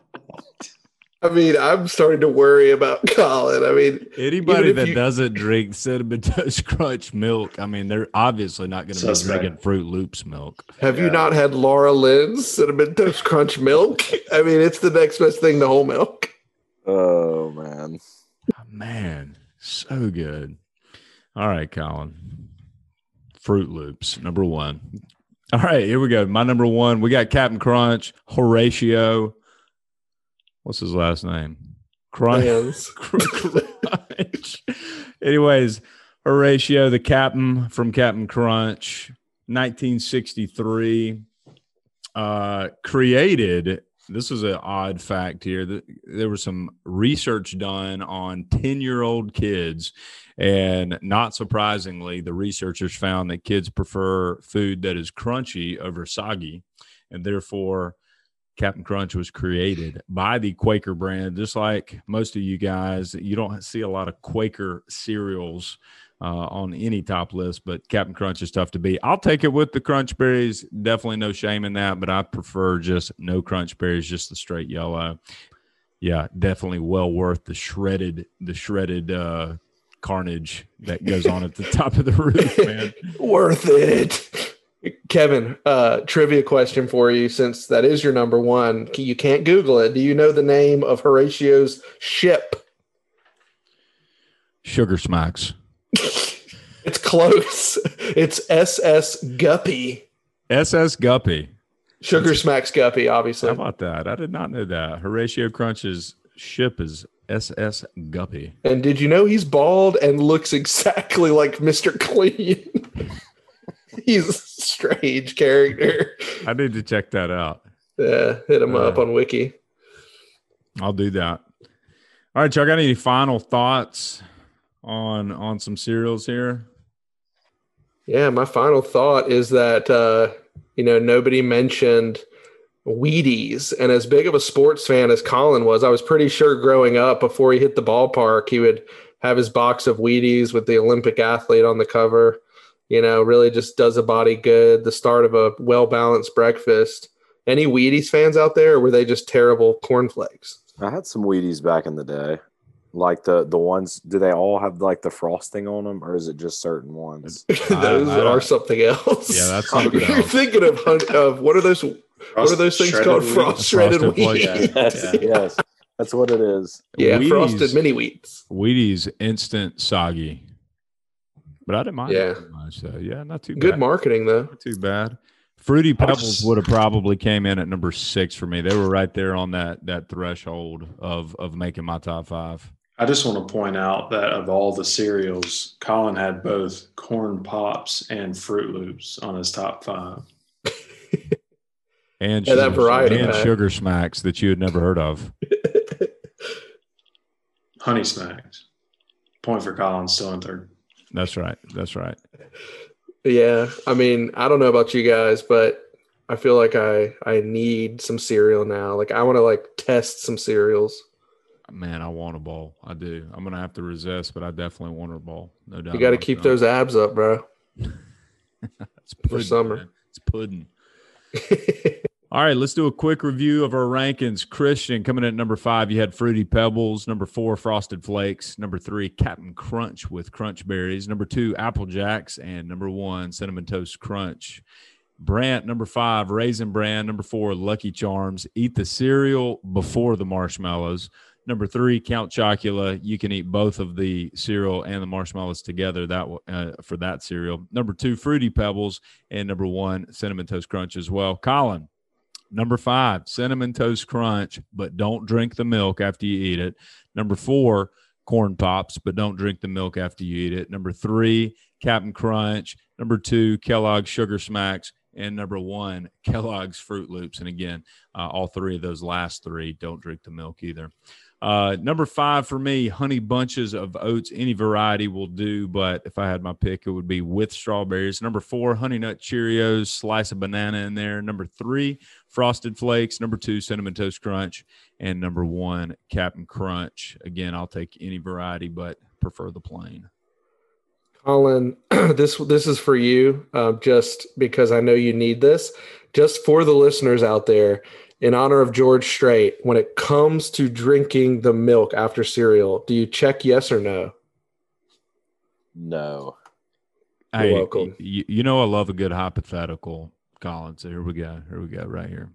I mean, I'm starting to worry about Colin. I mean, Even
anybody
if
that
you-
doesn't drink cinnamon toast crunch milk, I mean, they're obviously not going to be
Suspect.
drinking Fruit Loops milk.
have you
Yeah.
not had Laura Lynn's cinnamon toast crunch milk? I mean, it's the next best thing to whole milk.
Oh man,
Ah, Man, so good. All right, Colin. Fruit Loops, number one. All right, here we go. My number one. We got Captain Crunch, Horatio. What's his last name? Crunch.
Fans.
Crunch. Anyways, Horatio, the captain from Captain Crunch, 1963, uh, created. This is an odd fact here. th- There was some research done on 10 year old kids. And not surprisingly, the researchers found that kids prefer food that is crunchy over soggy. And therefore, Captain Crunch was created by the Quaker brand, just like most of you guys. You don't see a lot of Quaker cereals uh, on any top list, but Captain Crunch is tough to beat. I'll take it with the Crunch Berries. Definitely no shame in that, but I prefer just no Crunch Berries, just the straight yellow. Yeah, definitely well worth the shredded, the shredded uh, carnage that goes on at the top of the roof, man.
Worth it. Kevin, uh, trivia question for you since that is your number one. You can't Google it. Do you know the name of Horatio's ship?
Sugar smacks.
It's close. It's SS Guppy.
SS Guppy.
Sugar Smacks Guppy,
How
obviously.
about that? I did not know that. Horatio Crunch's ship is SS Guppy.
And did you know he's bald and looks exactly like Mr. Clean? he's a strange character.
I need to check that out.
Yeah, hit him up
Uh.
on Wiki.
I'll do that. All right, y'all got any final thoughts on on some cereals here?
Yeah, my final thought is that uh, you know nobody mentioned Wheaties, and as big of a sports fan as Colin was, I was pretty sure growing up before he hit the ballpark, he would have his box of Wheaties with the Olympic athlete on the cover. you know, really just does a body good. The start of a well balanced breakfast. Any Wheaties fans out there, or were they just terrible cornflakes?
I had some Wheaties back in the day. Like the the ones, do they all have like the frosting on them, or is it just certain ones?
those
I- I-
are something else.
Yeah, that's something
You're
else.
thinking of, hun- of what are those? What are those things
Shredded
called?
wheat.
Frost shredded
Frosted
wheat.
flakes.
yes,
Yeah.
yes, that's what it is.
Yeah,
Wheaties.
frosted mini wheats.
Wheaties instant soggy, but I didn't mind
Yeah.
it that much though. Yeah, not too
Good
bad.
marketing though.
Not too bad. Fruity
I was-
Pebbles would have probably came in at number six for me. They were right there on that that threshold of of making my top five.
I just want to point out that of all the cereals, Colin had both corn pops and Fruit Loops on his top five.
And
Yeah, that
sugar,
variety
and
pack.
sugar smacks that you had never heard of.
Honey Smacks. Point for Colin, still in third.
That's right. That's right.
Yeah, I mean, I don't know about you guys, but I feel like I I need some cereal now. Like I want to like test some cereals.
Man, I want a bowl. I do. I'm gonna have to resist, but I definitely want a bowl. No doubt.
You got to
about
keep
that.
those abs up, bro.
It's pudding,
summer.
man. It's pudding. All right, let's do a quick review of our rankings. Christian coming in at number five, you had Fruity Pebbles. Number four, Frosted Flakes. Number three, Captain Crunch with Crunch Berries. Number two, Apple Jacks. And number one, Cinnamon Toast Crunch. Brant, number five, Raisin Bran. Number four, Lucky Charms. Eat the cereal before the marshmallows. Number three, Count Chocula. You can eat both of the cereal and the marshmallows together. That w- uh, for that cereal. Number two, Fruity Pebbles, and number one, Cinnamon Toast Crunch as well. Colin, number five, Cinnamon Toast Crunch, but don't drink the milk after you eat it. Number four, Corn Pops, but don't drink the milk after you eat it. Number three, Captain Crunch. Number two, Kellogg's Sugar Smacks. And number one, Kellogg's Fruit Loops. And again, uh, all three of those last three don't drink the milk either. Uh, number five for me, honey bunches of oats. Any variety will do, but if I had my pick, it would be with strawberries. Number four, honey nut Cheerios, slice of banana in there. Number three, frosted flakes. Number two, cinnamon toast crunch. And number one, Captain Crunch. Again, I'll take any variety, but prefer the plain.
Colin, this this is for you, uh, just because I know you need this. Just for the listeners out there, in honor of George Strait, when it comes to drinking the milk after cereal, do you check yes or no?
No,
You're
welcome.
You, you know, I love a good hypothetical, Colin. So here we go. Here we go, right here.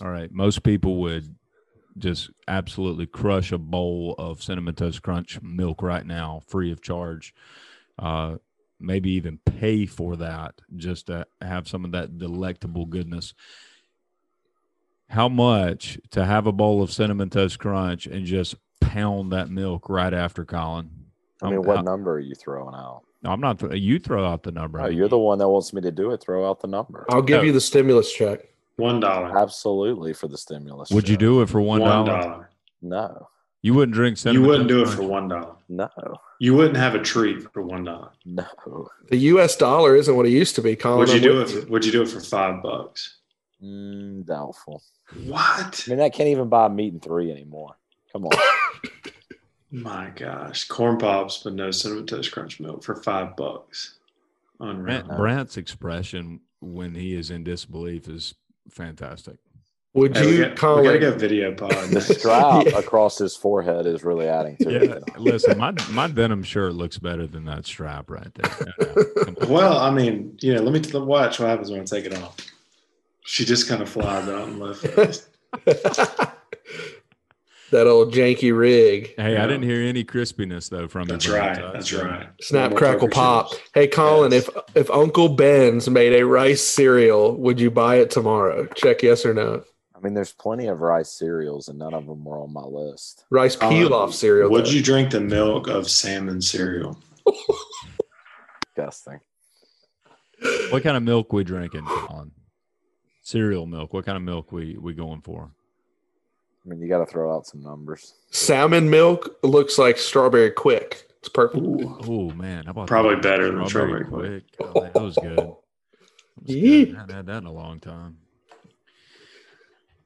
All right. Most people would just absolutely crush a bowl of Cinnamon Toast Crunch milk right now, free of charge. Uh, maybe even pay for that just to have some of that delectable goodness. How much to have a bowl of Cinnamon Toast Crunch and just pound that milk right after, Colin?
I mean, what number are you throwing out?
No, I'm not. Th- you throw out the number.
Oh, you're the one that wants me to do it. Throw out the number.
I'll give you the stimulus check.
One dollar.
Absolutely for the stimulus.
Would you
check.
do it for one
One
dollar?
dollar.
No,
You wouldn't drink
You
cinnamon.
wouldn't do it
Toast
for
Crunch?
one dollar.
no,
You wouldn't have a treat for one dollar.
no.
The U.S. dollar isn't what it used to be, Colin.
Would you
I'm
do it?
with
For, would you do it for five bucks?
Mm, doubtful.
What?
I mean, I can't even buy meat and three anymore. Come on.
My gosh, corn pops, but no cinnamon toast crunch milk for five bucks. Unreal.
Brant, Brant's expression when he is in disbelief is fantastic.
Would
Hey, we,
you,
got, we
Colin?
gotta go video pod.
The stripe
Yeah.
across his forehead is really adding to
Yeah,
it.
listen, my my denim shirt looks better than that strap right there. No, no, come on.
Well, I mean, yeah. Let me t- watch what happens when I take it off. She just kind of flies out and left. us.
that old janky rig.
Hey, I
Yeah.
didn't hear any crispiness though from you,
That's
Brant,
right.
so
That's
good.
right.
Snap,
More
crackle,
poker
pop.
chips.
Hey, Colin,
Yes.
if if Uncle Ben's made a rice cereal, would you buy it tomorrow? Check yes or no.
I mean, there's plenty of rice cereals, and none of them were on my list.
Rice
Colin,
pilaf cereal.
Uh, Would
though.
you drink the milk of salmon cereal?
Disgusting.
What kind of milk we drinking on? Cereal milk. What kind of milk we we going for?
I mean, you got to throw out some numbers.
Salmon milk looks like strawberry quick. It's perfect.
Ooh.
Oh man, how about
Probably
that?
better than
Strawberry
strawberry
quick. Oh, man, that was good. That was
Yeet.
good. I haven't had that in a long time.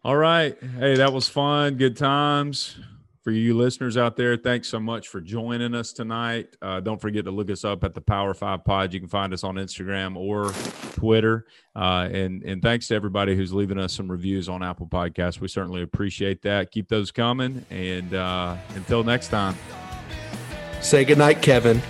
All right. Hey, that was fun. Good times. for you listeners out there, thanks so much for joining us tonight. Uh, don't forget to look us up at the Power Five Pod. You can find us on Instagram or Twitter. Uh, and and thanks to everybody who's leaving us some reviews on Apple Podcasts. We certainly appreciate that. Keep those coming. And uh, until next time,
Say goodnight, Kevin.